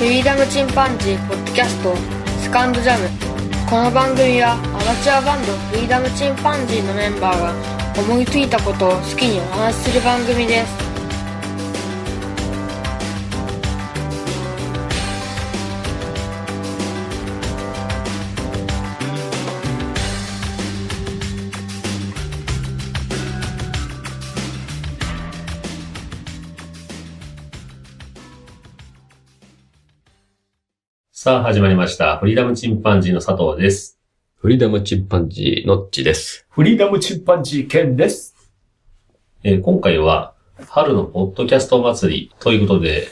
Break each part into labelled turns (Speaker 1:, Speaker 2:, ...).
Speaker 1: フリーダムチンパンジーポッドキャストセカンドジャムこの番組はアマチュアバンドフリーダムチンパンジーのメンバーが思いついたことを好きにお話しする番組です
Speaker 2: さあ、始まりました。フリーダムチンパンジーの佐藤です。
Speaker 3: フリーダムチンパンジーのっちです。
Speaker 4: フリーダムチンパンジー犬です。
Speaker 2: えー今回は、春のポッドキャスト祭りということで、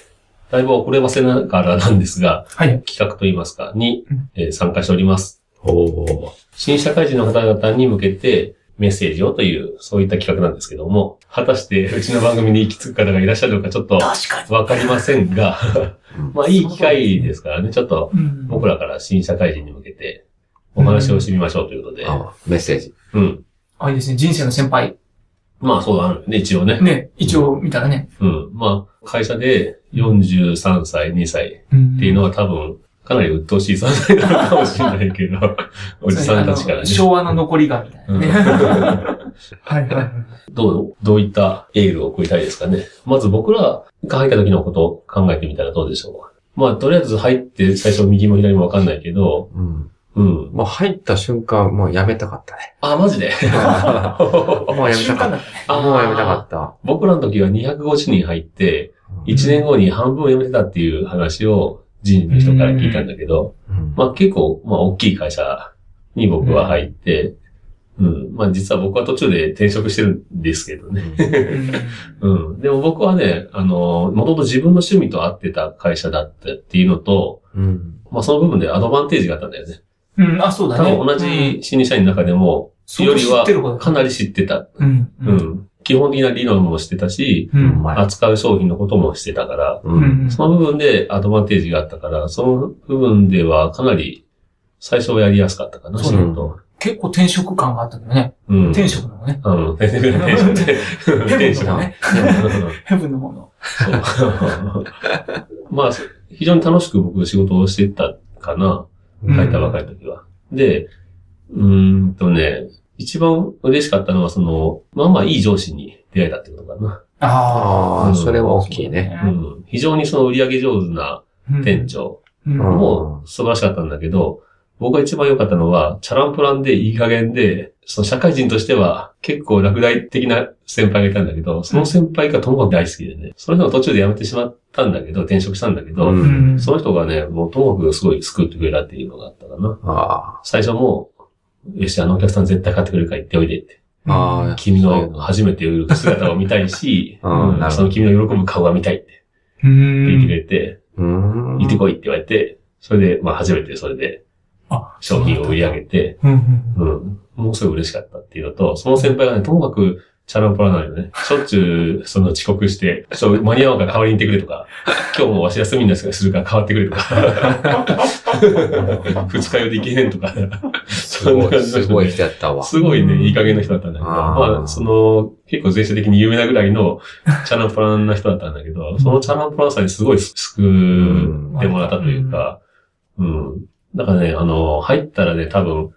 Speaker 2: だいぶ遅ればせながらなんですが、
Speaker 4: はい。
Speaker 2: 企画といいますか、に
Speaker 4: うん、
Speaker 2: えー参加しております。
Speaker 3: おお。
Speaker 2: 新社会人の方々に向けてメッセージをという、そういった企画なんですけども、果たしてうちの番組に行き着く方がいらっしゃるのかちょっと
Speaker 4: 確かに。
Speaker 2: わかりませんが、 まあいい機会ですからね、ちょっと
Speaker 4: うん
Speaker 2: 僕らから新社会人に向けてお話をしてみましょうということで、
Speaker 3: あメッセージ。
Speaker 2: うん。
Speaker 4: あ、いいですね。人生の先輩。
Speaker 2: まあそうだね、一応ね。
Speaker 4: ね、一応見たらね。
Speaker 2: うん。まあ、会社で43歳、2歳
Speaker 4: うん
Speaker 2: っていうのは多分、かなり鬱陶しい3歳なのかもしれないけ ど、おじさんたちから
Speaker 4: あ
Speaker 2: ね
Speaker 4: の。昭和の残りがみたいな
Speaker 2: うん
Speaker 4: ね。はいはいはい。
Speaker 2: どう、どういったエールを送りたいですかね。まず僕らが入った時のことを考えてみたらどうでしょうか。まあ、とりあえず入って最初右も左もわかんないけど、
Speaker 3: うん。
Speaker 2: うん。
Speaker 3: もう入った瞬間、もうやめたかっ たね。
Speaker 2: あ、マジで
Speaker 3: もうやめた
Speaker 4: 瞬
Speaker 3: か
Speaker 4: 間だった
Speaker 3: っ
Speaker 4: ね。
Speaker 3: た。もうやめたかった。
Speaker 2: 僕らの時は250人入って、
Speaker 3: うん
Speaker 2: 1年後に半分辞めてたっていう話を人事の人から聞いたんだけど、
Speaker 3: うん
Speaker 2: まあ結構、まあ大きい会社に僕は入って、うん、まあ実は僕は途中で転職してるんですけどね。うん。でも僕はね、あの、もともと自分の趣味と合ってた会社だったっていうのと、
Speaker 3: うん。
Speaker 2: まあその部分でアドバンテージがあったんだよね。
Speaker 4: うんうん、あ、そう
Speaker 2: 多
Speaker 4: だね。
Speaker 2: 分同
Speaker 4: うん
Speaker 2: じ、新入社員の中でも、
Speaker 4: そうよりは。知ってること
Speaker 2: かなり知ってた。
Speaker 4: うん。
Speaker 2: う。ん。基本的な理論も知ってたし、
Speaker 4: う。
Speaker 3: うんまい。
Speaker 2: 扱う商品のこともしてたから、
Speaker 3: う。
Speaker 4: うんん。
Speaker 2: その部分でアドバンテージがあったから、その部分ではかなり最初はやりやすかったかな、
Speaker 4: そう
Speaker 3: だね
Speaker 2: 仕事
Speaker 4: 結構転職感があったけどね。
Speaker 2: うん。
Speaker 4: 転職の方ね。
Speaker 2: うん。転職転職転職
Speaker 4: ヘ
Speaker 2: 転
Speaker 4: ブンの
Speaker 2: 職
Speaker 4: 方ね。ヘブンの方の。
Speaker 2: そうまあ、非常に楽しく僕仕事をしてたかな。
Speaker 4: うん
Speaker 2: 入ったばかりの時は。で、うーんとね、一番嬉しかったのは、その、まあまあいい上司に出会えたってことかな。
Speaker 4: あ
Speaker 3: あ
Speaker 2: うん
Speaker 3: あ、それは大きいね。
Speaker 2: う。ん。非常にその売り上げ上手な
Speaker 4: うん
Speaker 2: 店。長
Speaker 4: うん
Speaker 3: うん
Speaker 2: も素晴らしかったんだけど、僕が一番良かったのは、チャランプランでいい加減で、その社会人としては結構落第的な先輩がいたんだけど、その先輩がともかく大好きでね、その人が途中で辞めてしまったんだけど、転職したんだけど、
Speaker 3: う。
Speaker 4: うんん。
Speaker 2: その人がね、もうともかくすごい救ってくれたっていうのがあったかな。
Speaker 3: あ
Speaker 2: 最初も、よし、あのお客さん絶対買ってくれるから行っておいでって。
Speaker 3: あ。ああ。
Speaker 2: 君の初めて売る姿を見たいし、
Speaker 3: あー
Speaker 2: うん
Speaker 3: なるほど
Speaker 2: その君の喜ぶ顔が見たいって
Speaker 4: う
Speaker 2: 言ってく
Speaker 4: ん。
Speaker 2: れて、
Speaker 3: うん。
Speaker 2: 行ってこいって言われて、それで、まあ初めてそれで
Speaker 4: あ、
Speaker 2: 商品を売り上げて、
Speaker 4: うんうん。
Speaker 2: うん。もうすごい嬉しかったっていうのと、その先輩がね、ともかく、チャランポラないよね。しょっちゅう、そ の遅刻して、ちょっと間に合わんから代わりに行ってくれとか、今日もわし休みになするから代わってくれ とか、二日酔いで行けへんとか、
Speaker 3: す
Speaker 2: そんな
Speaker 3: ご
Speaker 2: 感
Speaker 3: い、
Speaker 2: じの
Speaker 3: す
Speaker 2: 人
Speaker 3: ごい
Speaker 2: で
Speaker 3: 人やったわ。
Speaker 2: すごいね、いい加減な人だったんだけど、
Speaker 3: あー
Speaker 2: まあ、その、結構全社的に有名なぐらいのチャランポランな人だったんだけど、そのチャランポランさんにすごい
Speaker 3: う
Speaker 2: 救
Speaker 3: ん
Speaker 2: っ。てもらったというか、うん。だからね、あの、入ったらね、多分、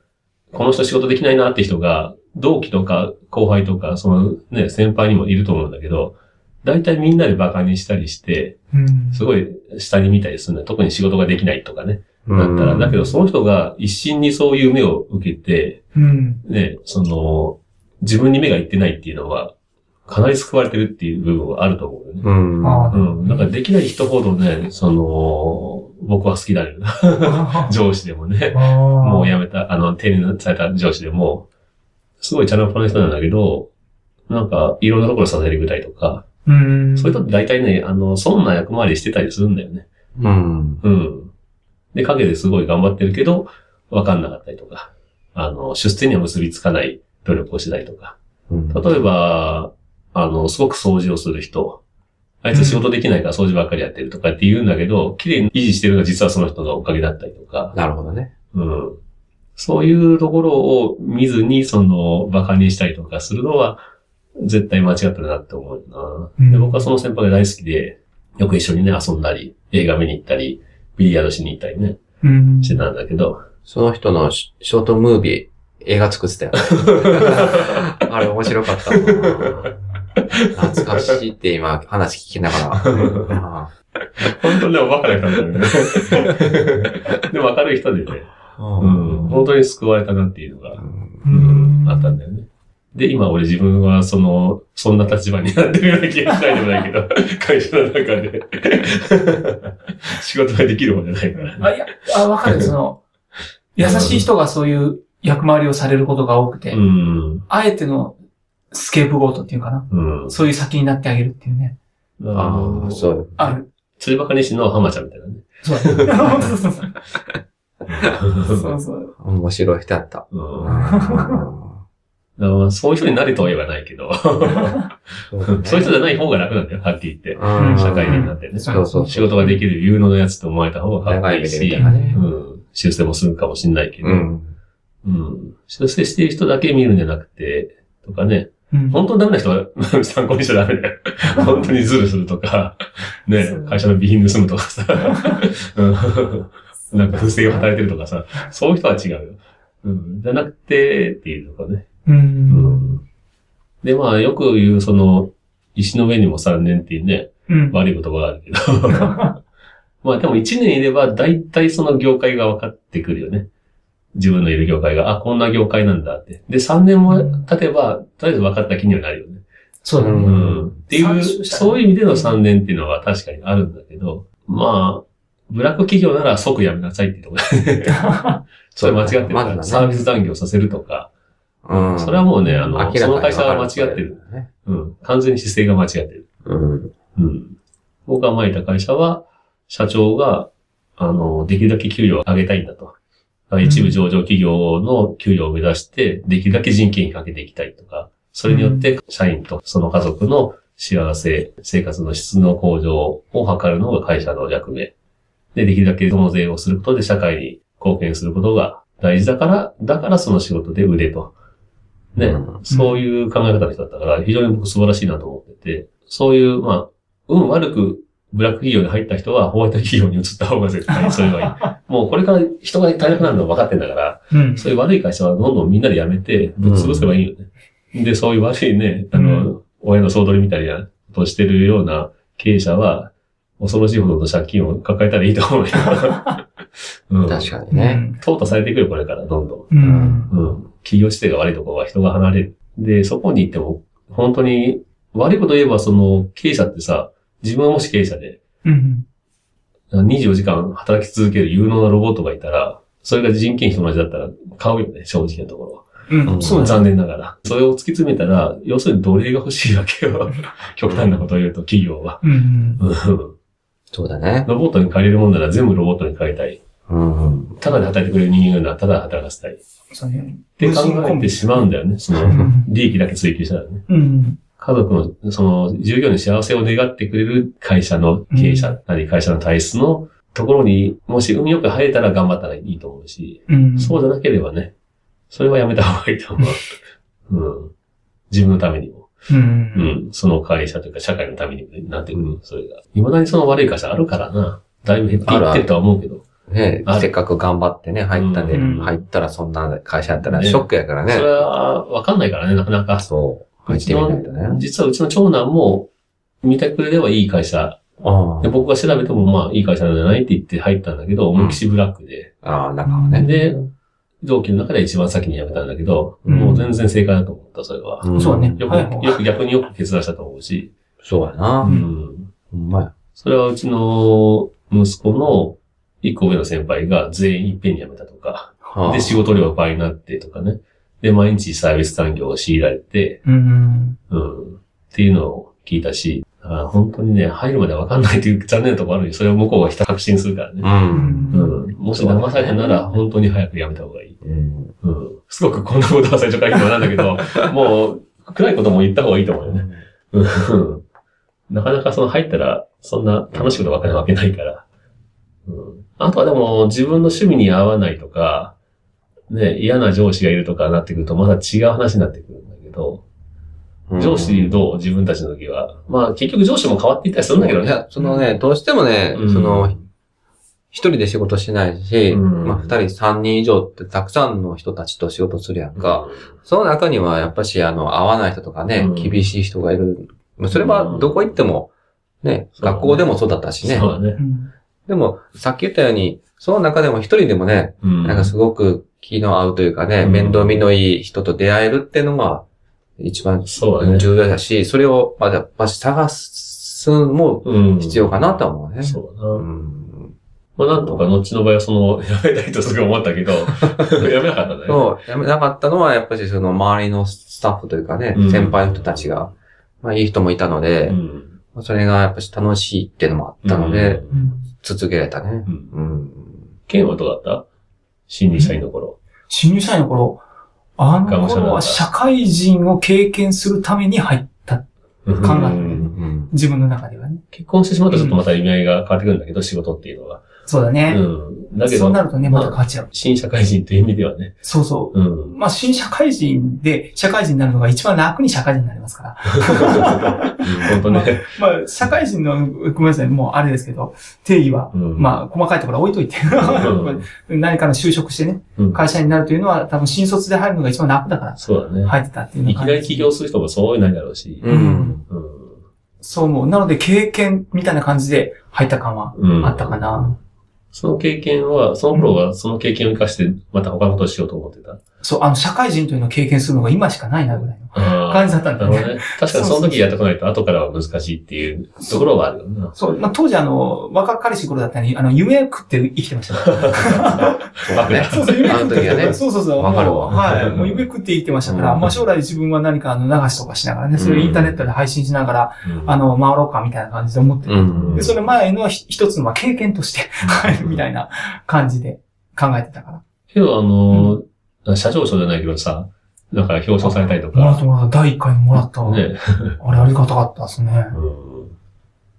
Speaker 2: この人仕事できないなって人が、同期とか後輩とか、そのね、先輩にもいると思うんだけど、大体みんなでバカにしたりして、
Speaker 4: うん。
Speaker 2: すごい下に見たりするんだよ。特に仕事ができないとかね。
Speaker 3: う
Speaker 2: だ
Speaker 3: ん
Speaker 2: ったら、だけどその人が一心にそういう目を受けて、
Speaker 4: うん。
Speaker 2: ね、その、自分に目がいってないっていうのは、かなり救われてるっていう部分はあると思うよね。
Speaker 3: うん。
Speaker 4: あ
Speaker 2: う
Speaker 4: ー
Speaker 2: ん。だからできない人ほどね、その、僕は好きだよ。
Speaker 4: あ
Speaker 2: 上司でもね、
Speaker 4: ー。
Speaker 2: も
Speaker 4: も
Speaker 2: う辞めた、あの、定年された上司でも、すごいチャランポラな人なんだけど、なんか、いろんなところさせるぐらいとか、
Speaker 4: うん。
Speaker 2: そういう人って大体ね、あの、そんな役回りしてたりするんだよね。
Speaker 3: うん。
Speaker 2: うん。で、陰ですごい頑張ってるけど、わかんなかったりとか、あの、出世には結びつかない努力をしてたりとか。
Speaker 3: うん
Speaker 2: 例えば、あの、すごく掃除をする人。あいつ仕事できないから掃除ばっかりやってるとかって言うんだけど、綺麗に維持してるのは実はその人のおかげだったりとか。
Speaker 3: なるほどね。
Speaker 2: うん。そういうところを見ずに、その、馬鹿にしたりとかするのは、絶対間違ってるなって思うな。
Speaker 4: うん
Speaker 2: で、僕はその先輩が大好きで、よく一緒にね、遊んだり、映画見に行ったり、ビリヤードしに行ったりね、
Speaker 4: うん
Speaker 2: してたんだけど、
Speaker 3: その人のシショートムービー、映画作って たよね。あれ面白かったな。懐かしいって今話聞きながら。
Speaker 2: 本当にでもバカな方だよね。 でも明るい人でね、
Speaker 3: うん
Speaker 2: うん、本当に救われたなっていうのが、
Speaker 4: う
Speaker 2: うん、あったんだよね。で、今俺自分はその、そんな立場になってるような気がしないでもないけど、 会社の中で 仕事ができるもんじゃないから。
Speaker 4: あ、いや、あ、わかる。そ の、優しい人がそういう役回りをされることが多くて、
Speaker 2: うん。
Speaker 4: あえてのスケープゴートっていうかな。
Speaker 2: うん。。
Speaker 4: そういう先になってあげるっていうね。
Speaker 3: ああ、そうう。
Speaker 4: ある。
Speaker 2: 釣りバカにしの浜ちゃんみたいなね。
Speaker 4: そ うだね。そうそうそうそうそう。
Speaker 3: 面白い人だった。
Speaker 2: うん
Speaker 3: あ
Speaker 2: だからそういう人になるとは言わないけど、
Speaker 3: ー
Speaker 2: そういう人じゃない方が楽なんだよ、はっきり言って。
Speaker 3: うん
Speaker 2: 社会人になってね。
Speaker 3: そうそう。
Speaker 2: 仕事ができる有能なやつと思われた方がかっこ
Speaker 3: 長い
Speaker 2: いい
Speaker 3: 目で見
Speaker 2: し、
Speaker 3: たらね
Speaker 2: う。ん、修正もするかもしれないけど、
Speaker 3: うん。
Speaker 2: うん。修正してる人だけ見るんじゃなくて、とかね、
Speaker 4: うん
Speaker 2: 本当にダメな人は 参考にしちゃダメだ よ。本当にズルするとか、ね
Speaker 4: そう、
Speaker 2: 会社の備品盗むとかさ、うんなんか不正を働いてるとかさ、そういう人は違うよ。うん、じゃなくて、っていうとかね。
Speaker 4: う。
Speaker 2: うんん。で、まあ、よく言う、その、石の上にも3年っていうね、
Speaker 4: うん。
Speaker 2: 悪い言葉があるけど。まあ、でも1年いれば、だいたいその業界が分かってくるよね。自分のいる業界が、あ、こんな業界なんだって。で、3年も経てば、とりあえず分かった気にはなるよね。
Speaker 4: そうだ
Speaker 2: う
Speaker 4: ね。
Speaker 2: ん。ってい
Speaker 4: 参
Speaker 2: う、
Speaker 4: 照したね
Speaker 2: そういう意味での3年っていうのは確かにあるんだけど、まあ、ブラック企業なら即辞めなさいって とこだね。それ間違ってるか
Speaker 3: ま
Speaker 2: ら、
Speaker 3: ずだね
Speaker 2: サービス残業させるとか、
Speaker 3: うん。
Speaker 2: それはもうねあの
Speaker 3: 明らかに
Speaker 2: その会社は間違ってる。うん。完全に姿勢が間違ってる。
Speaker 3: うん。
Speaker 2: うん。僕が前いた会社は、社長が、あの、できるだけ給料を上げたいんだと。だから一部上場企業の給料を目指して、できるだけ人件費かけていきたいとか、それによって社員とその家族の幸せ、生活の質の向上を図るのが会社の役目。で、できるだけ増税をすることで社会に貢献することが大事だから、だからその仕事で売れと。ね、
Speaker 3: うん
Speaker 2: そういう考え方の人だったから、非常に僕素晴らしいなと思ってて、そういう、まあ、運悪くブラック企業に入った人はホワイト企業に移った方が絶対それはい い。もうこれから人が足りなくなるのは分かってんだから、
Speaker 4: うん。
Speaker 2: そういう悪い会社はどんどんみんなで辞めて、ぶっ潰せばいいよね。で、そういう悪いね、あの、親の総取りみたいなことをしてるような経営者は、恐ろしいほどの借金を抱えたらいいと 思うよ。うん、
Speaker 3: 確かに
Speaker 4: う
Speaker 3: ね。
Speaker 4: ん。
Speaker 2: 淘汰されていくよ、これから、どんどん。
Speaker 4: うん。
Speaker 2: うん。企業姿勢が悪いところは人が離れる。で、そこに行っても、本当に、悪いこと言えば、その、経営者ってさ、自分はもし経営者で、
Speaker 4: うん。
Speaker 2: 24時間働き続ける有能なロボットがいたら、それが人件費と同じだったら買うよね、正直なところ。
Speaker 4: うん。そうだね。
Speaker 2: 残念ながら。それを突き詰めたら、要するに奴隷が欲しいわけ よ。極端なことを言うと、企業は。
Speaker 4: うん。
Speaker 2: うんロ
Speaker 3: そうだね。
Speaker 2: ボットに借りるもんなら全部ロボットに借りたい。
Speaker 3: うん。
Speaker 2: ただで働いてくれる人間ならただ働かせたい。っ
Speaker 4: そうね。
Speaker 2: て考えてしまうんだよね、その、利益だけ追求したらね。
Speaker 4: うん。
Speaker 2: 家族の、その、従業員の幸せを願ってくれる会社の経営者なり、会社の体質のところに、もし運よく入れたら頑張ったらいいと思うし、
Speaker 4: うん。
Speaker 2: そうじゃなければね、それはやめた方がいいと思う。うん。自分のためにも。
Speaker 4: う。
Speaker 2: うんん。その会社というか社会のためにもなってくる。それが。未だにその悪い会社あるからな。だいぶ減っていってるとは思うけど。
Speaker 3: ね
Speaker 2: ある
Speaker 3: せっかく頑張ってね、入ったんで、
Speaker 4: うん
Speaker 3: 入ったらそんな会社だったら
Speaker 2: ね
Speaker 3: ショックやからね
Speaker 2: そ。れはわかんないからね、なかなか。
Speaker 3: そう。入ってみないとね。
Speaker 2: 実はうちの長男も、見てくれればいい会社
Speaker 3: あ
Speaker 2: で、僕が調べても、まあ、いい会社なんじゃないって言って入ったんだけど、思いっきしブラックで、
Speaker 3: あ、ああ、中はね。
Speaker 2: で、同期の中で一番先に辞めたんだけど、
Speaker 3: うん
Speaker 2: もう全然正解だと思った、それは。
Speaker 3: ん
Speaker 4: そうね
Speaker 2: よ
Speaker 4: はい
Speaker 2: く、よく逆によく決断したと思うし、
Speaker 3: そうや
Speaker 2: う
Speaker 3: な。
Speaker 2: ん。
Speaker 3: ほんまや。
Speaker 2: それはうちの息子の一個上の先輩が全員いっぺんに辞めたとか、
Speaker 3: はあ
Speaker 2: で、仕事量が倍になってとかね。で、毎日サービス産業を強いられて、
Speaker 4: うん。
Speaker 2: うん。っていうのを聞いたし、だから本当にね、入るまでわかんないっていう残念なところあるよ。それを向こうがひた確信するからね。
Speaker 3: うん。
Speaker 2: うんもし騙されたなら、本当に早くやめた方がいい。
Speaker 3: うん。
Speaker 2: うん。すごくこんなことは最初から言ってもなんだけ ど、もう、暗いことも言った方がいいと思うよね。うんなかなかその入ったら、そんな楽しいことばっかりなわけないから。うん。あとはでも、自分の趣味に合わないとか、ね、嫌な上司がいるとかなってくると、まだ違う話になってくるんだけど、
Speaker 3: うん
Speaker 2: 上司どう自分たちの時は。まあ、結局上司も変わっていったりするんだけど
Speaker 3: い
Speaker 2: ね。
Speaker 3: や、そのね、どうしてもね、その、一人で仕事してないし、
Speaker 2: うん
Speaker 3: まあ二人三人以上ってたくさんの人たちと仕事するやんか。、その中にはやっぱし、あの、合わない人とかね、
Speaker 2: うん
Speaker 3: 厳しい人がいる。まあそれはどこ行っても、ね、
Speaker 2: そうだね
Speaker 3: 学校でもそうだったしね
Speaker 2: そ。うだね。
Speaker 4: うん
Speaker 3: でも、さっき言ったように、その中でも一人でもね、
Speaker 2: うん
Speaker 3: なんかすごく気の合うというかね、
Speaker 2: うん
Speaker 3: 面倒見のいい人と出会えるっていうのが、一番
Speaker 2: そうだね。
Speaker 3: 重要だし、それを、まあ、やっぱし探すのも
Speaker 2: うん
Speaker 3: 必要かなとは思うね。
Speaker 2: そうだ
Speaker 3: う
Speaker 2: な。
Speaker 3: ん。
Speaker 2: まあなんとか、後の場合はその、やめたいとすごい思ったけ ど、やめなかったね。
Speaker 3: そう、やめなかったのは、やっぱりその周りのスタッフというかね、
Speaker 2: うん
Speaker 3: 先輩の人たちが、まあいい人もいたので、
Speaker 2: ん。
Speaker 3: まあそれがやっぱし楽しいっていうのもあったので、
Speaker 2: うん、
Speaker 3: 続けられたね。
Speaker 2: うん
Speaker 3: うん。
Speaker 2: ケンはどうだった新入社員の頃。
Speaker 4: 新入社員の頃、あ
Speaker 2: が
Speaker 4: の
Speaker 2: むしゃらだ
Speaker 4: 頃は社会人を経験するために入った。考えた
Speaker 3: うん
Speaker 4: 自分の中ではね。
Speaker 2: 結婚してしまうとちょっとまた意味合いが変わってくるんだけど、仕事っていうのは。
Speaker 4: そうだ
Speaker 2: う
Speaker 4: ね。
Speaker 2: ん。だけ
Speaker 4: そう
Speaker 2: ど、
Speaker 4: なるとね、また変わっちゃう。
Speaker 2: 新社会人という意味ではね。
Speaker 4: そうそうう。
Speaker 2: ん。
Speaker 4: まあ、新社会人で、社会人になるのが一番楽に社会人になりますから。
Speaker 2: 本当ね。
Speaker 4: まあ、社会人の、ごめんなさい、もうあれですけど、定義は、
Speaker 2: うん
Speaker 4: まあ、細かいところは置いといて、 何かの就職してね、
Speaker 2: うん
Speaker 4: 会社になるというのは、多分新卒で入るのが一番楽だから、
Speaker 2: そうだね。
Speaker 4: 入ってたっていうの
Speaker 2: いき
Speaker 4: が
Speaker 2: なり起業する人もそういないだろうし。
Speaker 3: うんうん。
Speaker 2: うん。
Speaker 4: そう思う。なので、経験みたいな感じで入った感は
Speaker 2: うん
Speaker 4: あったかな。
Speaker 2: その経験は、その頃はその経験を生かして、また他のことをしようと思ってた。
Speaker 4: そう、あの、社会人というのを経験するのが今しかないな、ぐらいの
Speaker 2: あ
Speaker 4: 感じだった
Speaker 2: あ、
Speaker 4: ん
Speaker 2: な
Speaker 4: だ
Speaker 2: る
Speaker 4: よ
Speaker 2: ほ
Speaker 4: ね
Speaker 2: ど。ね。確かにその時やってこないと後からは難しいっていうところはあるよな。
Speaker 4: そう、まあ、当時あの、若かりし頃だったのに、あの、夢食って生きてました。
Speaker 3: そうだね。
Speaker 4: そうそう、夢
Speaker 3: あの時はね
Speaker 4: そうそうそう。
Speaker 3: わかる
Speaker 4: もう
Speaker 3: わ
Speaker 4: はい。もう夢食って生きてましたから、
Speaker 3: うん
Speaker 4: まあ将来自分は何かあの流しとかしながらね、それをインターネットで配信しながら、あ
Speaker 2: の、
Speaker 4: の、回ろうかみたいな感じで思ってて、
Speaker 3: うん
Speaker 4: でそれ前のひ一つのまあ経験として、はい、 みたいな感じで考えてたから。
Speaker 2: けどあの、社長賞じゃないけどさ、なんか表彰されたりと
Speaker 4: もらった
Speaker 2: か、
Speaker 4: もらった。第1回もらった。
Speaker 2: ね。
Speaker 4: あれありがたかったですね。
Speaker 2: うん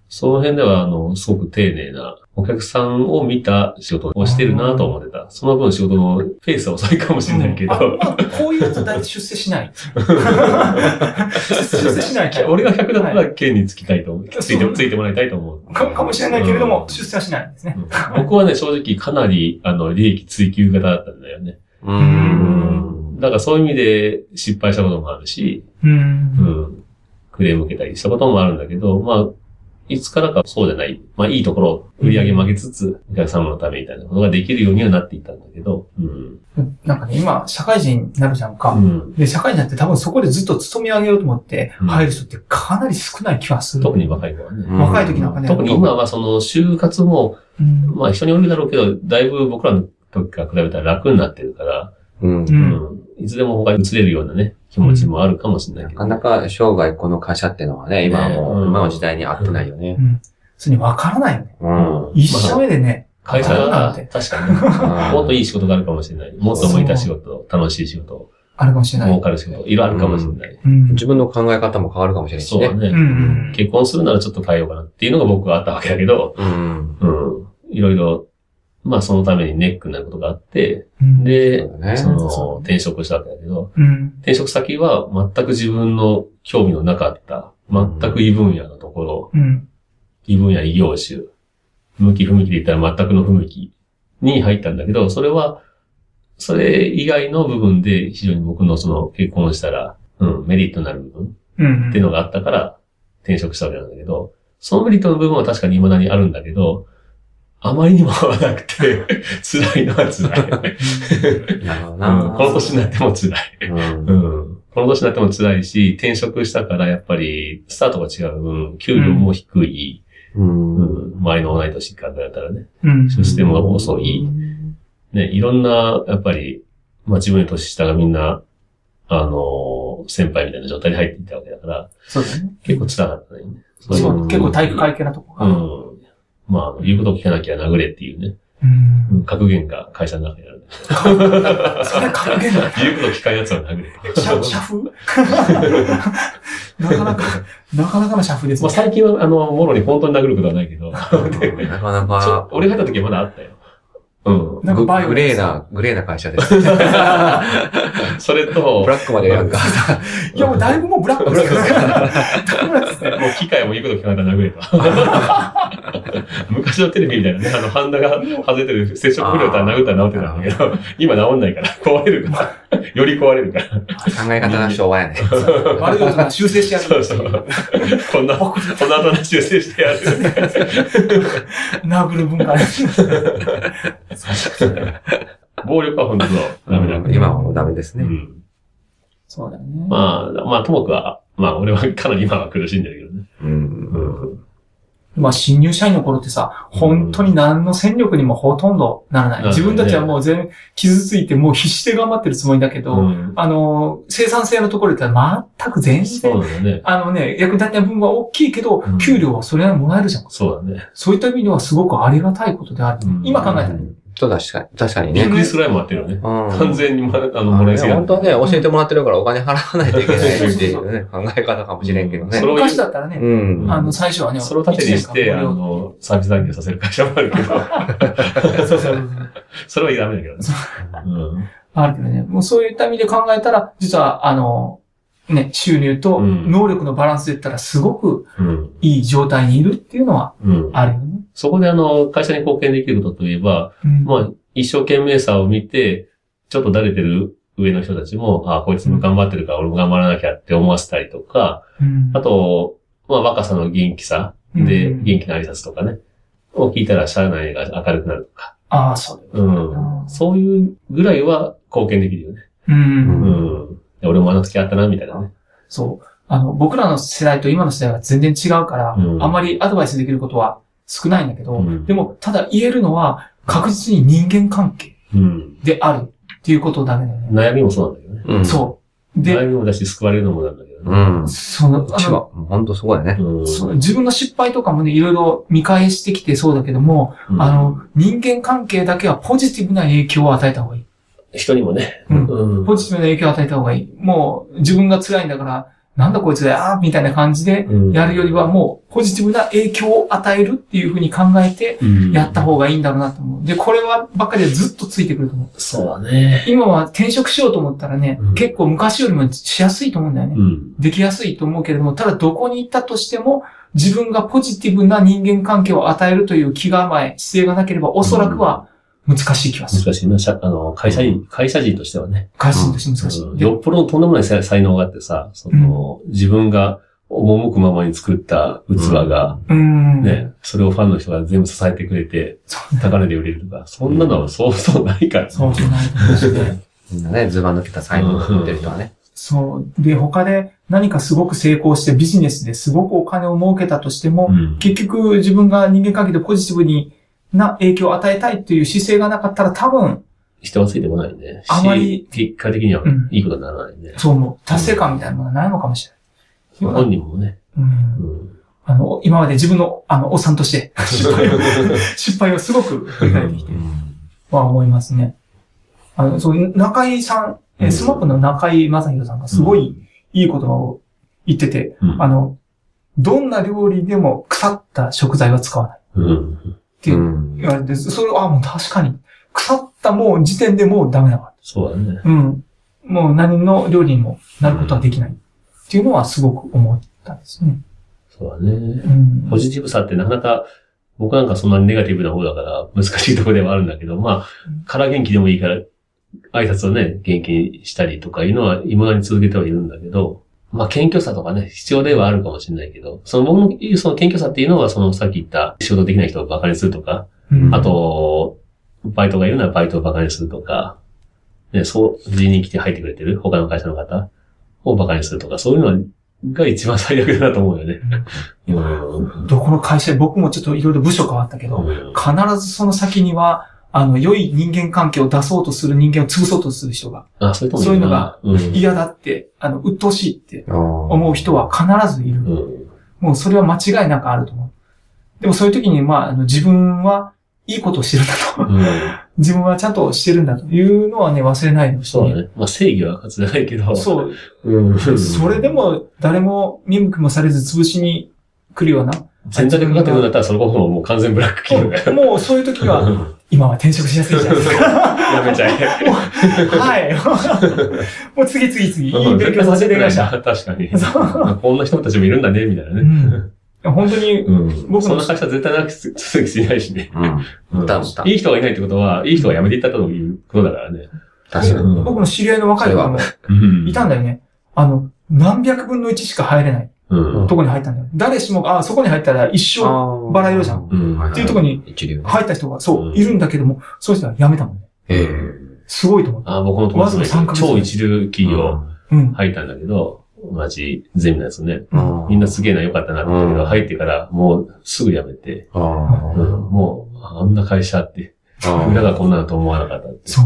Speaker 2: その辺では、あの、すごく丁寧な、お客さんを見た仕事をしてるなと思ってた。その分仕事のペースは遅いかもしれないけ
Speaker 4: あ
Speaker 2: ど、
Speaker 4: まあこういうやつ大体出世 しない。出世しないけど
Speaker 2: 俺が100だったら県につきたいと思う。ついて、ついてもらいたいと思う。
Speaker 4: かかもしれないけれど
Speaker 2: う
Speaker 4: も
Speaker 2: ん、
Speaker 4: 出世はしないんですね。
Speaker 2: 僕はね、正直かなり、あの、利益追求型だったんだよね。
Speaker 3: うん。
Speaker 2: だからそういう意味で失敗したこともあるし、
Speaker 4: う。
Speaker 2: うんん。クレーム受けたりしたこともあるんだけど、まあ、いつからかそうじゃない。まあ、いいところを売り上げ曲げつつ、お客様のためみたいなことができるようにはなっていったんだけど、うん。
Speaker 4: なんかね、今、社会人になるじゃんか。
Speaker 2: うん
Speaker 4: で、社会人だって多分そこでずっと勤め上げようと思って
Speaker 2: うん
Speaker 4: 入る人ってかなり少ない気がする。
Speaker 2: 特に若い子は
Speaker 3: う
Speaker 2: ね。
Speaker 3: ん
Speaker 4: 若い時なんかね。
Speaker 2: 特に今はその就活も、
Speaker 4: うん
Speaker 2: まあ人によるだろうけど、だいぶ僕らの時から比べたら楽になってるから、
Speaker 3: うん
Speaker 4: う。。
Speaker 2: うんん。いつでも他に移れるようなね、気持ちもあるかもしれない
Speaker 3: な
Speaker 2: けど。
Speaker 3: かなか生涯この会社っていうのはね、今はも
Speaker 2: ねう
Speaker 3: う、
Speaker 2: ん
Speaker 3: 今の時代に合ってないよね。
Speaker 4: それに分からないよね。
Speaker 3: うん。
Speaker 4: 一社目でね、
Speaker 2: 会社
Speaker 4: 分から
Speaker 2: が
Speaker 4: んなんて
Speaker 2: 確かに。もっとい
Speaker 3: い。
Speaker 2: い仕事があるかもしれない。もっと向いた仕事、楽しい仕事、
Speaker 4: あるかもしれない。
Speaker 2: 儲かる仕事、いろいろあるかもしれない。
Speaker 4: うん。
Speaker 3: 自分の考え方も変わるかもしれないし
Speaker 2: そうだ
Speaker 3: ね。
Speaker 4: う
Speaker 2: ね。
Speaker 4: ん。
Speaker 2: 結婚するならちょっと変えようかなっていうのが僕はあったわけだけど、
Speaker 3: うん。
Speaker 2: うん。いろいろ、まあそのためにネックになることがあって、
Speaker 4: うん、
Speaker 2: で
Speaker 3: そ、うだね
Speaker 2: その
Speaker 4: そう
Speaker 2: 転職したわけだけど、
Speaker 4: うん。
Speaker 2: 転職先は全く自分の興味のなかった、全く異分野のところ、
Speaker 4: うん。
Speaker 2: 異分野異業種、向き不向きで言ったら全くの不向きに入ったんだけど、それは、それ以外の部分で非常に僕のその結婚したら、うん、メリットになる部分
Speaker 4: うん。
Speaker 2: っていうのがあったから転職したわけなんだけど、そのメリットの部分は確かに未だにあるんだけど、あまりにも合わなくて、 辛いのは辛い、
Speaker 3: なるほど
Speaker 2: うん
Speaker 3: な。
Speaker 2: この年になっても辛い。
Speaker 3: うん。
Speaker 2: うん。この年になっても辛いし、転職したからやっぱりスタートが違う分、給料も低い、
Speaker 3: うん
Speaker 2: うん、周りの同い年からだったらね、
Speaker 4: うん。
Speaker 2: システムが遅い。ね、いろんな、やっぱり、まあ自分の年下がみんな、あのー先輩みたいな状態に入っていったわけだから、
Speaker 4: そうだね。
Speaker 2: 結構辛かったね。そういう
Speaker 4: そ
Speaker 2: の
Speaker 4: う結構体育会系なとこ
Speaker 2: う
Speaker 4: が。
Speaker 2: ん。まあ、言うことを聞かなきゃ殴れっていうね、
Speaker 4: うん
Speaker 2: うん格言が会社の中にあるんだけ
Speaker 4: それ格言だね。
Speaker 2: ど。 言うことを聞かんやつは殴れ。
Speaker 4: 社、社風 なかなか、なかなかの社風で す
Speaker 2: まあ
Speaker 4: ね。
Speaker 2: 最近は、あの、もろに本当に殴ることはない けど、
Speaker 3: なかな
Speaker 2: ちょ
Speaker 3: か、
Speaker 2: 俺が入った時はまだあったよ。うん。
Speaker 4: なんかバイオ
Speaker 3: グレーな、グレーな会社です。 ブラ
Speaker 2: それと、もう
Speaker 3: ックまでなんか、
Speaker 4: いや、もうだい ぶもうブラックですよ。だいぶブラックですね。
Speaker 2: 機械も言うこと聞かなきゃ殴れと。 昔のテレビみたいなね、あの、ハンダが外れてる接触不良だったら殴ったら治ってたんだけど、今治んないから、壊れるから、より壊れるから。
Speaker 3: 考え方の昭 和やね。
Speaker 4: 悪いことが修正してやるん
Speaker 2: そう
Speaker 4: です
Speaker 2: そう。
Speaker 4: よ
Speaker 2: こんな、こんな話修正してやる。
Speaker 4: 殴る文化です。
Speaker 2: 暴力は本当だ。ダメだ。
Speaker 3: 今はもうダメです
Speaker 2: う
Speaker 3: ね。
Speaker 2: ん。
Speaker 4: そうだよね。
Speaker 2: まあ、まあ、ともかく、まあ、俺はかなり今は苦しんでるけどね。
Speaker 3: うん
Speaker 2: うん。
Speaker 4: まあ、新入社員の頃ってさ、本当に何の戦力にもほとんどならない。
Speaker 2: うん
Speaker 4: 自分たちはもう全、傷ついて、もう必死で頑張ってるつもりだけど、
Speaker 2: うん
Speaker 4: あの、生産性のところで言ったら全く全然、
Speaker 2: そうだね。
Speaker 4: あのね、役に立った分は大きいけど、
Speaker 2: うん
Speaker 4: 給料はそれなりにもらえるじゃん。
Speaker 2: そうだね。
Speaker 4: そういった意味ではすごくありがたいことである。
Speaker 2: うん
Speaker 4: 今考えたら、
Speaker 3: そう、確かに、確かに
Speaker 2: びっ
Speaker 3: ね。
Speaker 2: くりするぐらいもあってるよね。
Speaker 3: 完
Speaker 2: 完全にもら、あの、もらいすぎ
Speaker 3: 本当はね、
Speaker 4: ん
Speaker 3: 教えてもらってるからお金払わないといけないってい
Speaker 4: そう
Speaker 3: うね、考え方かもしれんけどね
Speaker 2: そ。れを
Speaker 4: 昔だったらね、
Speaker 3: うん。
Speaker 4: あの、最初はね、
Speaker 2: それを盾にして、
Speaker 4: 一
Speaker 2: あ
Speaker 4: 年間無料
Speaker 2: の、サービス残業させる会社もある けど、
Speaker 4: そうそう
Speaker 2: それはダメだけどね。うん
Speaker 4: あるけどね、もうそういった意味で考えたら、実は、あの、ね、収入と
Speaker 2: うん
Speaker 4: 能力のバランスで言ったらすごく
Speaker 2: うん。
Speaker 4: いい状態にいるっていうのは
Speaker 2: うん。
Speaker 4: あるよね。
Speaker 2: そこであの、会社に貢献できることといえば、
Speaker 4: うん
Speaker 2: まあ、一生懸命さを見て、ちょっとだれてる上の人たちも、ああ、こいつも頑張ってるから俺も頑張らなきゃって思わせたりとか、
Speaker 4: うん
Speaker 2: あと、まあ、若さの元気さで、
Speaker 4: うん
Speaker 2: 元気な挨拶とかね、を聞いたら社内が明るくなるとか、
Speaker 4: ああ、そうだよ。
Speaker 2: うん。そういうぐらいは貢献できるよね。
Speaker 4: うん
Speaker 2: うん。で俺もあの時あったな、みたいなね。
Speaker 4: そう。あの、僕らの世代と今の世代は全然違うから、
Speaker 2: うん
Speaker 4: あんまりアドバイスできることは少ないんだけど、
Speaker 2: うん
Speaker 4: でも、ただ言えるのは、確実に人間関係
Speaker 2: うん。
Speaker 4: であるっていうことだけだよね。
Speaker 2: 悩みもそうなんだけどね。
Speaker 3: うん。
Speaker 4: そう。で、
Speaker 2: 悩みもだし、救われるのもなんだけど
Speaker 3: う
Speaker 2: ね。
Speaker 3: ん。
Speaker 4: その、あ
Speaker 3: 千
Speaker 4: の
Speaker 3: 葉、本当すごいね。
Speaker 2: うん
Speaker 4: その自分の失敗とかもね、いろいろ見返してきてそうだけども、
Speaker 2: うん
Speaker 4: あの、人間関係だけはポジティブな影響を与えた方がいい。
Speaker 2: 人にもね。
Speaker 4: うん
Speaker 2: うん
Speaker 4: ポジティブな影響を与えた方がいい。もう、自分が辛いんだから、なんだこいつだよ、みたいな感じで、やるよりはもう、ポジティブな影響を与えるっていうふうに考えて、
Speaker 2: うん、
Speaker 4: やった方がいいんだろうなと思う。で、これは、ばっかりはずっとついてくると思う。
Speaker 2: そうだね。
Speaker 4: 今は転職しようと思ったらね、
Speaker 2: うん
Speaker 4: 結構昔よりもしやすいと思うんだよね。
Speaker 2: うん。
Speaker 4: できやすいと思うけれども、ただどこに行ったとしても、自分がポジティブな人間関係を与えるという気構え、姿勢がなければ、おそらくは難しい気がする。
Speaker 2: 難しいな、社あの、会社員、会社人としてはね。
Speaker 4: 会心として難しい。
Speaker 2: うん
Speaker 4: で
Speaker 2: よっぽどとんでもない才才能があってさ、その、自分が赴くままに作った器が、
Speaker 4: うん。
Speaker 2: ね、それをファンの人が全部支えてくれて、
Speaker 4: そう
Speaker 2: 高値で売れるとか、そんなのはそうそうないから。
Speaker 4: そうじゃないと思うしね。
Speaker 3: みんなね、ズバ抜けた才能を持ってる人はね。
Speaker 4: そう。で、他で何かすごく成功してビジネスですごくお金を儲けたとしても、
Speaker 2: うん。
Speaker 4: 結局自分が人間関係でポジティブにな影響を与えたいという姿勢がなかったら多分、
Speaker 2: 人はついてこないね。
Speaker 4: あまり
Speaker 2: し結果的には
Speaker 4: うん
Speaker 2: いいことにならないね。
Speaker 4: そう思う。達成感みたいなものがないのかもしれない。
Speaker 2: 本人もね。
Speaker 4: うん
Speaker 2: うん。
Speaker 4: あの、今まで自分の、あの、おっさんとして、失敗を、失敗をすごく振り返ってきては思いますね。あの、そう、中井さん、
Speaker 2: う
Speaker 4: え
Speaker 2: ん
Speaker 4: スマップの中井正宏さんがすごいいい言葉を言ってて、
Speaker 2: うん
Speaker 4: あの、どんな料理でも腐った食材は使わない。
Speaker 2: うん。
Speaker 4: う
Speaker 3: うん
Speaker 4: 言われて、それ、あ、もう確かに。腐ったもう時点でもうダメだわ。
Speaker 2: そうだね。
Speaker 4: うん。もう何の料理にもなることはできない。っていうのはすごく思ったんですね。
Speaker 2: そうだね。
Speaker 4: うん
Speaker 2: ポ。ジティブさってなかなか、僕なんかそんなにネガティブな方だから難しいところではあるんだけど、まあ
Speaker 4: うん、
Speaker 2: から元気でもいいから、挨拶をね、元気にしたりとかいうのは未だに続けてはいるんだけど、まあ謙虚さとかね、必要ではあるかもしれないけど、その僕の言うその謙虚さっていうのは、そのさっき言った仕事できない人を馬鹿にするとか、
Speaker 4: うん
Speaker 2: あ、と、バイトがいるならバイトを馬鹿にするとか、ね、そう、人に来て入ってくれてる他の会社の方を馬鹿にするとか、そういうのが一番最悪だなと思うよね。うん
Speaker 4: どこの会社、僕もちょっといろいろ部署変わったけど、必ずその先には、あの、良い人間関係を出そうとする人間を潰そうとする人が
Speaker 2: あ、そういうとこ
Speaker 4: そういうのが
Speaker 2: うん。
Speaker 4: 嫌だって、あの、鬱陶しいって
Speaker 3: 思
Speaker 4: 思う人は必ずい
Speaker 2: う
Speaker 4: る。
Speaker 2: ん。
Speaker 4: もうそれは間違いなくあると思う。でもそういう時に、まあ、あの自分はいいことをしてるんだと。
Speaker 2: うん。
Speaker 4: 自分はちゃんとしてるんだというのはね、忘れないでほしい。
Speaker 2: そうだね。まあ、正義は勝つじゃないけど。
Speaker 4: そう。
Speaker 2: うん。
Speaker 4: それでも、誰も見向きもされず潰しに来るような。
Speaker 2: 全然かかってくるんだったら、そのことももう完全ブラック企業だか
Speaker 4: もうもうそういう時
Speaker 2: ら。
Speaker 4: は、今は転職しやすいじゃないですか。
Speaker 2: やめちゃえ。
Speaker 4: もうはい。も う次次次、いい勉強させてください。
Speaker 2: 確かに。こんな人たちもいるんだね、みたいな
Speaker 4: う
Speaker 2: ね。
Speaker 4: ん。本当に、
Speaker 2: うん。
Speaker 4: 僕
Speaker 2: 僕
Speaker 4: も
Speaker 2: そんな会社絶対なくす続きしないしね。
Speaker 3: うん。
Speaker 2: うん
Speaker 3: 多分多分
Speaker 2: いい人がいないってことは、いい人が辞めていったということだからね。
Speaker 3: 確かに。
Speaker 2: うん
Speaker 4: 僕の知り合いの若い子も
Speaker 2: うん
Speaker 4: いたんだよね。あの、何百分の1しか入れない
Speaker 2: うん。
Speaker 4: とこに入ったんだよ。誰しもが、あ、そこに入ったら一生バ
Speaker 3: バ
Speaker 4: ラ色じゃん
Speaker 2: うん
Speaker 4: っていうところに
Speaker 3: 一流。
Speaker 4: 入った人が、そうう、
Speaker 2: ん
Speaker 4: いるんだけども、そういう人は辞めたもんね。
Speaker 3: ええ。
Speaker 4: すごいと思う。
Speaker 2: あ僕の友達もい
Speaker 4: わずか三
Speaker 2: た
Speaker 4: ヶ月
Speaker 2: 超一流企業
Speaker 4: うん。
Speaker 2: 入ったんだけど、同じゼミのやつね。
Speaker 4: うん
Speaker 2: みんなすげえな、良かったなって言ったけど、
Speaker 3: うん
Speaker 2: 入ってからもうすぐ辞めて、
Speaker 3: あ
Speaker 2: うん
Speaker 3: ー
Speaker 2: もうあんな会社って、
Speaker 3: あ
Speaker 2: 裏
Speaker 3: ー。
Speaker 2: がこんなのと思わなかったって。
Speaker 4: そう。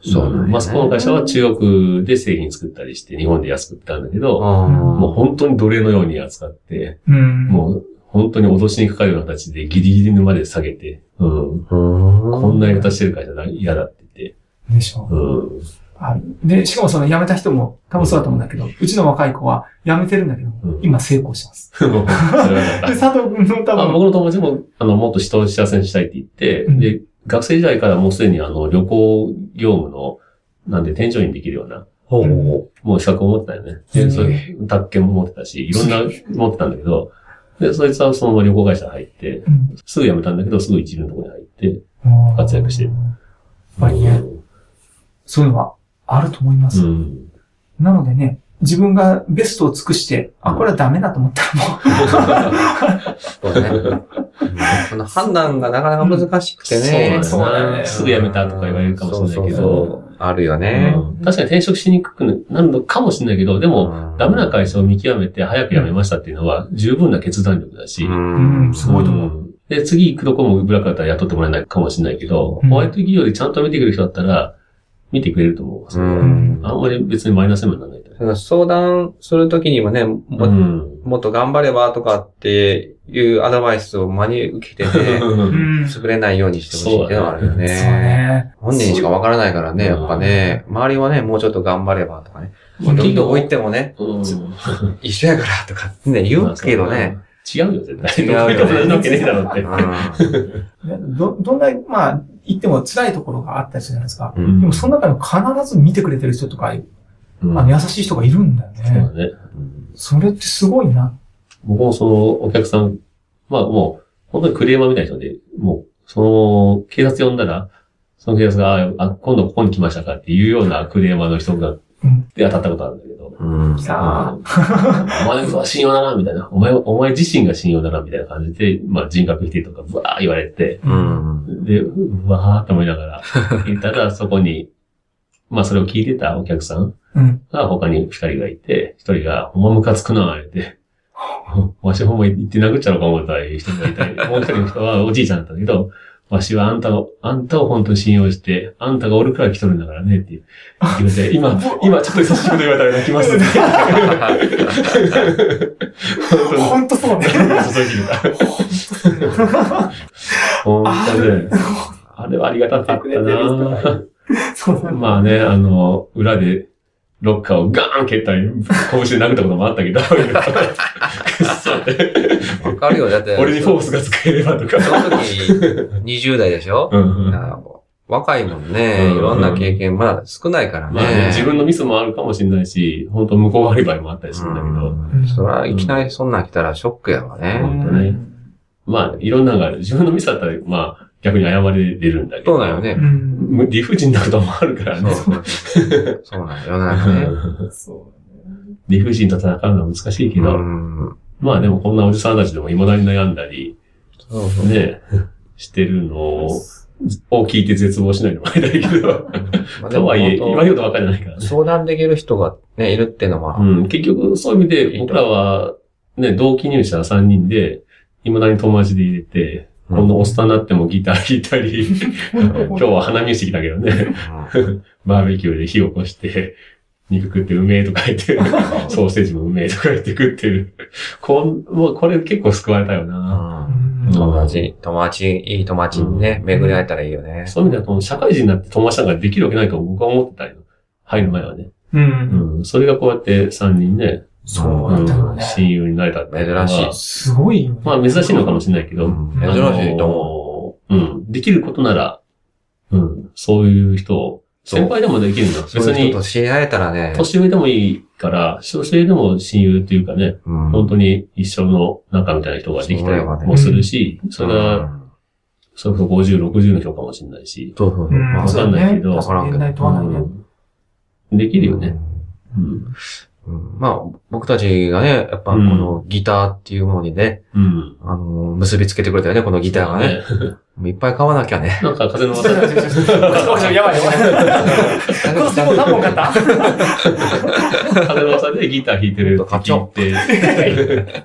Speaker 3: そうなんやね
Speaker 2: まあ、そこの会社は中国で製品作ったりして、日本で安く売ったんだけど、
Speaker 3: あー
Speaker 2: もう本当に奴隷のように扱って、
Speaker 4: うん。
Speaker 2: もう本当に脅しにかかるような形でギリギリまで下げて、うん、こ
Speaker 3: こ
Speaker 2: んなやり方してる会社だ、嫌だって言って、
Speaker 4: でしょ。
Speaker 2: うん、
Speaker 4: はいで、しかもその辞めた人も多分そうだと思うんだけど、うちの若い子は辞めてるんだけども
Speaker 2: うん、
Speaker 4: 今成功してます。
Speaker 2: もうそれはな
Speaker 4: で、
Speaker 2: んか
Speaker 4: 佐藤君の多
Speaker 2: あ
Speaker 4: 分、
Speaker 2: 僕の友達も、あの、もっと人を幸せにしたいって言って、
Speaker 4: うん
Speaker 2: で、学生時代からもうすでにあの、旅行業務の、なんで、添乗員できるような、
Speaker 3: ほう
Speaker 2: もう資格を持ってたよね。
Speaker 4: へ
Speaker 2: で、
Speaker 4: ー
Speaker 2: そういう宅建も持ってたし、いろん な持ってたんだけど、で、そいつはそのまま旅行会社入って、
Speaker 4: うん
Speaker 2: すぐ辞めたんだけど、すぐ一流のところに入って、活躍してる
Speaker 4: やっぱりね、そういうのはあると思いま
Speaker 2: う
Speaker 4: す。
Speaker 2: ん。
Speaker 4: なのでね、自分がベストを尽くして、あ、これはダメだと思ったらもう、
Speaker 3: そうね。うんこの判断がなかなか難しくてね。
Speaker 2: そうなんだよなすぐ辞めたとか言われるかもしれないけ
Speaker 3: そうそう
Speaker 2: ど、
Speaker 3: そう。あるよね。
Speaker 2: うん確かに転職しにくくなるのかもしれないけど、でも、ダメな会社を見極めて早く辞めましたっていうのは十分な決断力だし、
Speaker 3: うん
Speaker 4: うんすごいと思
Speaker 2: うん。で、次行くとこもブラックだったら雇ってもらえないかもしれないけど、
Speaker 4: うん
Speaker 2: ホワイト企業でちゃんと見てくれる人だったら、見てくれると思う。
Speaker 3: うん
Speaker 2: あんまり別にマイナスにもならないと思
Speaker 3: その相談するときにもね、も
Speaker 2: う。ん。
Speaker 3: もっと頑張ればとかっていうアドバイスを真に受けてね、
Speaker 4: うん
Speaker 3: 潰れないようにしてほしいっていうのはあるよ
Speaker 4: そう
Speaker 3: ね。
Speaker 4: ね。
Speaker 3: 本人にしかわからないからね、やっぱね、周りはね、もうちょっと頑張ればとかね。ど
Speaker 2: 企業
Speaker 3: こ行ってもね、
Speaker 2: うん
Speaker 3: 一緒やからとかってね、言うけどね。。
Speaker 2: 違うよ、絶対。
Speaker 3: 違うよね
Speaker 2: どこ行っても同じわけねえだろうって。
Speaker 4: ど、どんな、まあ、言っても辛いところがあったりするじゃないですか。
Speaker 3: う
Speaker 4: で
Speaker 3: ん
Speaker 4: も、その中でも必ず見てくれてる人とか、
Speaker 2: うん
Speaker 4: あの、優しい人がいるんだよ
Speaker 2: そう
Speaker 4: ね。
Speaker 2: だね。
Speaker 4: それってすごいな。
Speaker 2: 僕もそのお客さん、まあもう、本当にクレーマーみたいな人で、もう、その、警察呼んだら、その警察が、あ、あ今度ここに来ましたかっていうようなクレーマーの人が、
Speaker 4: うん
Speaker 2: で当たったことあるんだけど、
Speaker 3: うん
Speaker 4: いやー
Speaker 2: うん お前のことは信用だな、みたいな。お前、お前自身が信用だな、みたいな感じで、まあ人格否定とか、ぶわー言われて、
Speaker 3: うん。
Speaker 2: で、うわーって思いな がら、いたらそこに、まあそれを聞いてたお客さん
Speaker 4: うん。
Speaker 2: が他に二人がいて、一人が、お前ムカつくな、言って、 わしほんま言って殴っちゃろうか思ったらいう人がい たり、もう一人の人はおじいちゃんだったけど、わしはあんたを、あんたを本当に信用して、あんたがおるから来とるんだからね、っていう言われ て。今、今ちょっと優しいこと言われたら泣きますね。 本当に
Speaker 4: ほんとそうね。
Speaker 2: 注ぎ入れた。本当ね。あれはありがたかったな
Speaker 4: そうだね。
Speaker 2: まあね、あの、裏で、ロッカーをガーン蹴ったり、拳で殴ったこともあったけど、 くっそって
Speaker 3: わかるよ、だって。
Speaker 2: 俺にフォースが使えればとか。
Speaker 3: その時、20代でしょ
Speaker 2: うんうんま
Speaker 3: あ若いもんね、
Speaker 2: うん
Speaker 3: いろんな経験、まだ少ないから
Speaker 2: あね
Speaker 3: ね。
Speaker 2: 自分のミスもあるかもしれないし、本当向こう悪い場合もあったりするんだけど、
Speaker 3: うんそら、いきなりそんなん来たらショックやわ
Speaker 4: う
Speaker 3: ね。
Speaker 2: ほ
Speaker 4: ん
Speaker 2: んとねまあ、いろんなのがある自分のミスだったら、まあ、逆に謝れれるんだけど。
Speaker 3: そうだよ。ね。
Speaker 4: うん。
Speaker 2: 無理不尽なこともあるから
Speaker 3: そう
Speaker 2: ね。
Speaker 3: そうそうそうなんよ、世の中ね。
Speaker 2: 理不尽と戦うのは難しいけど、
Speaker 3: うん
Speaker 2: まあでもこんなおじさんたちでも未だに悩んだり、
Speaker 3: そうそう
Speaker 2: ね、してるのをを聞いて絶望しないのもあれだけ ど、
Speaker 3: まあで
Speaker 2: と
Speaker 3: も
Speaker 2: はいえ、
Speaker 3: 本当
Speaker 2: 今言うとわかんないからね。
Speaker 3: 相談できる人がね、いるってのは
Speaker 2: う、ん、結局そういう意味で僕らは、ね、同期入社3人で、未だに友達で入れて、
Speaker 3: う
Speaker 2: こ
Speaker 3: ん
Speaker 2: んなおっさんになってもギター弾いたり、 今日は花見してきたけどね、 バーベキューで火を起こして、肉食ってうめえとか言 って、ソーセージもうめえとか言って食ってる。こん、もうこれ結構救われたよ
Speaker 3: う
Speaker 2: な。
Speaker 3: ん
Speaker 4: うん
Speaker 2: うん
Speaker 3: 友達、友達、いい友達にね、巡り会えたらいいよね。
Speaker 2: そういう意味では、社会人になって友達なんかできるわけないと僕は思ってたよ。入る前はね。
Speaker 4: う。
Speaker 2: うんん。それがこうやって3人ね、
Speaker 4: そうだったよ
Speaker 2: うん、
Speaker 4: ね。
Speaker 2: 親友になれたっていうのは
Speaker 3: 珍し
Speaker 4: すごいよね。
Speaker 2: まあ珍しいのかもしれないけど、
Speaker 3: うん
Speaker 2: あ
Speaker 3: 珍
Speaker 2: の
Speaker 3: しいと思う。
Speaker 2: うん。できることなら、うん。そういう人を
Speaker 3: そう
Speaker 2: 先輩でもできるんだ。別
Speaker 3: そういう
Speaker 2: に
Speaker 3: 人、と知り合えたらね、
Speaker 2: 年上でもいいから、年上でも親友っていうかね、
Speaker 3: うん
Speaker 2: 本当に一緒の仲みたいな人ができたりもするし、それ
Speaker 3: う
Speaker 2: が、
Speaker 3: ん
Speaker 2: それこそ50、60の人かもしれないし。
Speaker 3: そうそうそうう。
Speaker 4: ん
Speaker 3: まあ
Speaker 2: わかんないけど
Speaker 4: そうだね確かに年代問わないね。
Speaker 2: うんできるよね。。うん。
Speaker 3: うんまあ、僕たちがね、やっぱこ
Speaker 2: うん
Speaker 3: のギターっていうものにね、
Speaker 2: うん。
Speaker 3: あの、結びつけてくれたよね、このギターがね。。もういっぱい買わなきゃね。
Speaker 2: なんか風の
Speaker 4: そう
Speaker 2: 噂
Speaker 4: だね。やばいやばい。このスも何本買った
Speaker 2: 風の噂でギター弾いてるって聞いて、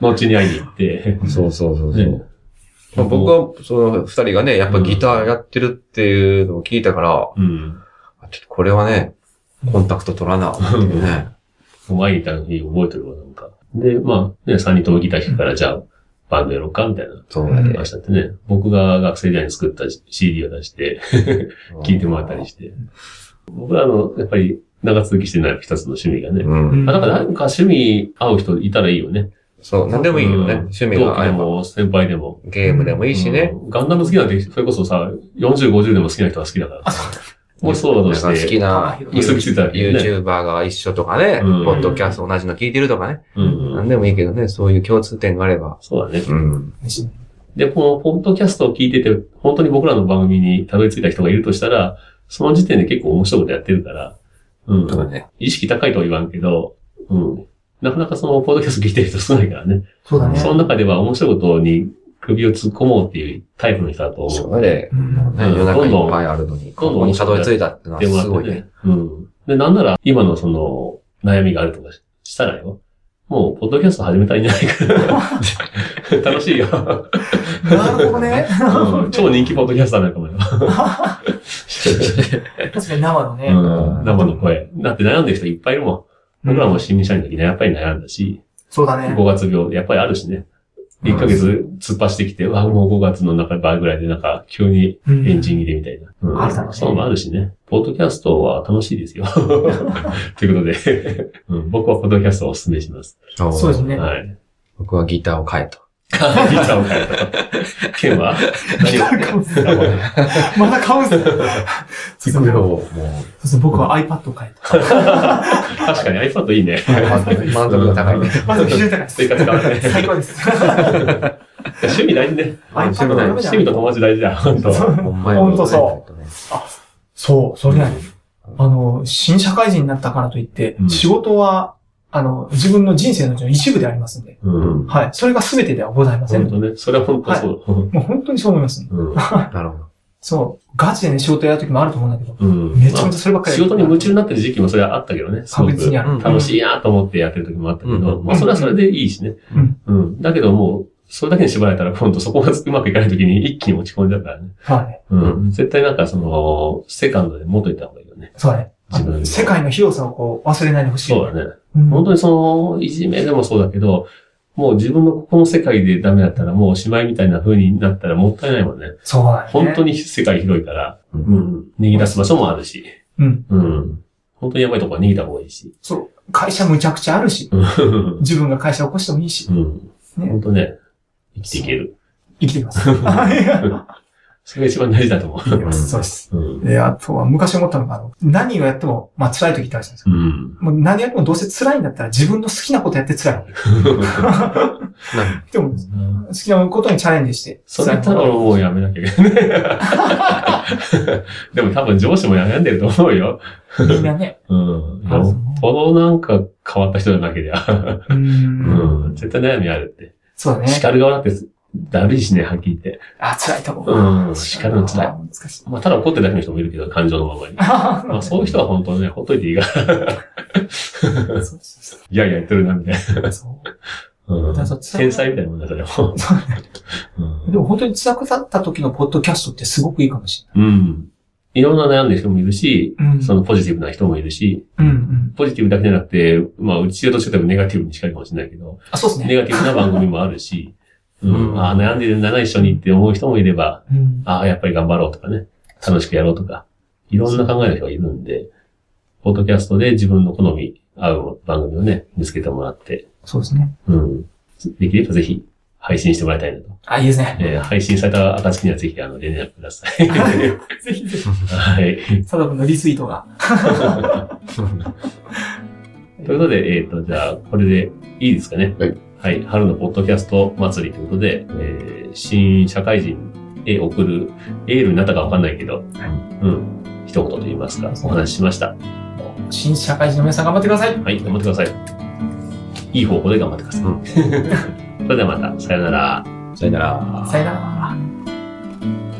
Speaker 2: 後に会いに行って、
Speaker 3: そうそうそう
Speaker 2: ね。
Speaker 3: まあ、僕は、その、二人がね、やっぱギターやってるっていうのを聞いたから、
Speaker 2: うん。
Speaker 3: あちょっとこれはね、コンタクト取らな、っていうね。
Speaker 2: 前にいたのに覚えてるわ、なんか。で、まあ、ね、三人ともギター弾くから、じゃあ、バンドやろうか、みたいな
Speaker 3: そうだね。
Speaker 2: 話だってね。僕が学生時代に作った CD を出して、聴いてもらったりして。僕らあの、やっぱり、長続きしてない二つの趣味がね。
Speaker 3: うん。
Speaker 2: あ、なんか何か趣味合う人いたらいいよね。
Speaker 3: そう、なんでもいいよね。
Speaker 2: うん
Speaker 3: 趣味
Speaker 2: 同
Speaker 3: が
Speaker 2: 期
Speaker 3: あ
Speaker 2: で
Speaker 3: れば。
Speaker 2: も、先輩でも。
Speaker 3: ゲームでもいいしね。
Speaker 2: うんガンダム好きなんて、それこそさ、40、50でも好きな人は好きだから。もしそうだと
Speaker 3: なんか
Speaker 2: し
Speaker 3: 好
Speaker 2: て
Speaker 3: き、な
Speaker 2: 結びついたらいいよね
Speaker 3: YouTuber が一緒とかね、
Speaker 2: うん
Speaker 3: ポッドキャスト同じの聞いてるとかね。
Speaker 2: うん
Speaker 3: なんでもいいけどね、そういう共通点があれば。
Speaker 2: そうだね。
Speaker 3: うん。
Speaker 2: で、このポッドキャストを聞いてて、本当に僕らの番組にたどり着いた人がいるとしたら、その時点で結構面白いことやってるから、うん。
Speaker 3: とかね。
Speaker 2: 意識高いとは言わんけど、うん。なかなかそのポッドキャスト聞いてる人少ないからね。
Speaker 4: そうだね。
Speaker 2: その中では面白いことに首を突っ込もうっていうタイプの人だと思う。
Speaker 3: そうね。
Speaker 4: うん
Speaker 3: ね
Speaker 2: うん
Speaker 3: 夜中いっぱいあるのに、
Speaker 2: ど
Speaker 3: こ
Speaker 2: んどん
Speaker 3: こにたどり着いたってのは
Speaker 2: でもら
Speaker 3: す
Speaker 2: っ
Speaker 3: ごい
Speaker 2: て
Speaker 3: ね
Speaker 2: ね。。うん。で、なんなら、今のその、悩みがあるとかしたらよ。もう、ポッドキャスト始めたらいいんじゃないか な。楽しいよ。
Speaker 4: なるほどね。
Speaker 2: うん超人気ポッドキャスターになるかもよ。
Speaker 4: 確かに生のね。
Speaker 2: うん生の声。だって悩んでる人いっぱいいるもん。僕らも新入社員の時ね、やっぱり悩んだし、
Speaker 4: そうだね
Speaker 2: 5。月病、やっぱりあるしね。1ヶ月突っ走ってきて、うわ、もう5月の中倍ぐらいで、なんか、急に
Speaker 4: うん
Speaker 2: エンジン切れみたいな。うん
Speaker 4: あるだろうね
Speaker 2: そういうのもあるしね。ポッドキャストは楽しいです よ。ということで、うん僕はポッドキャストをお勧めします。
Speaker 4: そうですね。
Speaker 2: はい。
Speaker 3: 僕はギターを変えた。
Speaker 2: ギターを変えた。ケンは何を
Speaker 4: まだ買うんすね
Speaker 3: それをも
Speaker 4: そ
Speaker 3: う、
Speaker 4: うですね僕は iPad を 買えた。
Speaker 2: 確かに iPad いいね。
Speaker 3: 満足が高いね。
Speaker 4: まず非常に高いです。
Speaker 2: 生活変わるね
Speaker 4: 最高 です。
Speaker 2: 趣味大事ね。
Speaker 4: iPad のためじゃ
Speaker 2: 趣
Speaker 4: な
Speaker 2: 味
Speaker 4: い
Speaker 2: と友達大事だ。本当。
Speaker 3: ほんま。
Speaker 4: ほんとそうそう、それなの。あの、新社会人になったからといって
Speaker 2: う、ん
Speaker 4: 仕事は、あの、自分の人生のうちの一部でありますんで。
Speaker 2: うん。
Speaker 4: はい。それが全てではございません
Speaker 2: 本
Speaker 4: ので。
Speaker 2: 当ね。それは本当そう。
Speaker 4: もう本当にそう思います。
Speaker 2: うん
Speaker 3: なるほど。
Speaker 4: そう。ガチでね、仕事やるときもあると思うんだけど、
Speaker 2: うん
Speaker 4: めちゃめちゃそれば
Speaker 2: ま
Speaker 4: っ
Speaker 2: あ
Speaker 4: かり。
Speaker 2: 仕事に夢中になってる時期もそれはあったけどね。すご
Speaker 4: 確実
Speaker 2: く
Speaker 4: にある。
Speaker 2: 楽しいなと思ってやってる時もあったけ
Speaker 3: うん
Speaker 2: ど、まあそれはそれでいいしね。
Speaker 4: うん
Speaker 2: うん。だけどもう、それだけに縛られたら今度そこがうまくいかない時に一気に落ち込んじゃうからね。
Speaker 4: はい。
Speaker 2: うん。絶対なんかその、セカンドで持っといた方がいいよね。
Speaker 4: そうだね。あ
Speaker 2: 自分
Speaker 4: の
Speaker 2: で
Speaker 4: 世界の広さをこう、忘れないでほしい。
Speaker 2: そうだね。
Speaker 4: うん
Speaker 2: 本当にその、いじめでもそうだけど、もう自分のここの世界でダメだったらもうおしまいみたいな風になったらもったいないもんね。
Speaker 4: そうだね。
Speaker 2: 本当に世界広いから、
Speaker 3: う
Speaker 2: うんん。逃げ出す場所もあるし、
Speaker 4: うん。
Speaker 2: うん。本当にやばいとこは逃げた方がいいし。
Speaker 4: そう。会社むちゃくちゃあるし、
Speaker 2: うん。
Speaker 4: 自分が会社を起こしてもいいし、ね
Speaker 2: 本当ね、生きていける。
Speaker 4: 生きていき ます。は
Speaker 2: それが一番大事だと思
Speaker 4: い生きていきますそうです。
Speaker 2: う。うん。
Speaker 4: で、あとは昔思ったのが、あの何をやっても、まあ辛い時ってあるじゃないです
Speaker 2: う
Speaker 4: か。
Speaker 2: ん。
Speaker 4: もう何やってもどうせ辛いんだったら自分の好きなことやって辛い方がいい。 でも、好きなことにチャレンジして。
Speaker 2: それ多分
Speaker 4: 辛い
Speaker 2: もうやめなきゃいけない。 でも多分上司も悩んでると思うよ。
Speaker 4: 方がいいみんなね。
Speaker 2: うん。
Speaker 4: あ
Speaker 2: よ
Speaker 4: そう
Speaker 2: っぽどなんか変わった人じゃなけりゃ。
Speaker 4: うー。
Speaker 2: うんん。絶対悩みあるって。
Speaker 4: そうだね。
Speaker 2: 叱る側だってダメージね、はっきり言って。
Speaker 4: あ、辛いと思う。
Speaker 2: うん。叱るの辛い。
Speaker 4: あ。難しい。
Speaker 2: まあ、ただ怒ってるだけの人もいるけど、感情のままに。まあ、そういう人は本当ね、ほっといていいから、
Speaker 4: そうそうそ
Speaker 2: いやいや言ってるな、みたいな。
Speaker 4: うそう
Speaker 2: うん
Speaker 4: だからそっち
Speaker 2: 天才みたいなもんだ、それも。
Speaker 4: でも本当に辛くなった時のポッドキャストってすごくいいかもし
Speaker 2: うん。いろんな悩んでる人もいるし、
Speaker 4: れない。うん
Speaker 2: そのポジティブな人もいるし、
Speaker 4: うんうん。
Speaker 2: ポジティブだけじゃなくて、まあ、うちはどっちかというとネガティブに近いかもしれないけど、
Speaker 4: あ、そうです
Speaker 2: ネ
Speaker 4: ね。
Speaker 2: ガティブな番組もある し、
Speaker 3: うん
Speaker 2: うん、ああ、悩んでるんだな、一緒にって思う人もいれば、
Speaker 4: うん。
Speaker 2: ああ、やっぱり頑張ろうとかね、楽しくやろうとか、いろんな考えの人がいるんで、ポッドキャストで自分の好み、合う番組をね、見つけてもらって、
Speaker 4: そうですね。
Speaker 2: うん。できればぜひ、配信してもらいたいなと。
Speaker 4: あ、いいですね。
Speaker 2: えー配信された暁にはぜひ、あの、連絡くださ い。
Speaker 4: ぜひぜひ、
Speaker 2: はい。
Speaker 4: サダブのリツイートが。
Speaker 2: ということで、えっ、と、じゃあ、これでいいですかね。
Speaker 3: はい。
Speaker 2: はい。春のポッドキャスト祭りということで、えー新社会人へ送るエールになったかわかんないけど、うん。一言と言いますか、お話ししました。
Speaker 4: 新社会人の皆さん頑張ってください。
Speaker 2: はい、頑張ってください。いい方向で頑張ってください。 それではまた、さようなら。
Speaker 4: 啊
Speaker 3: さよなら。
Speaker 4: さよなら。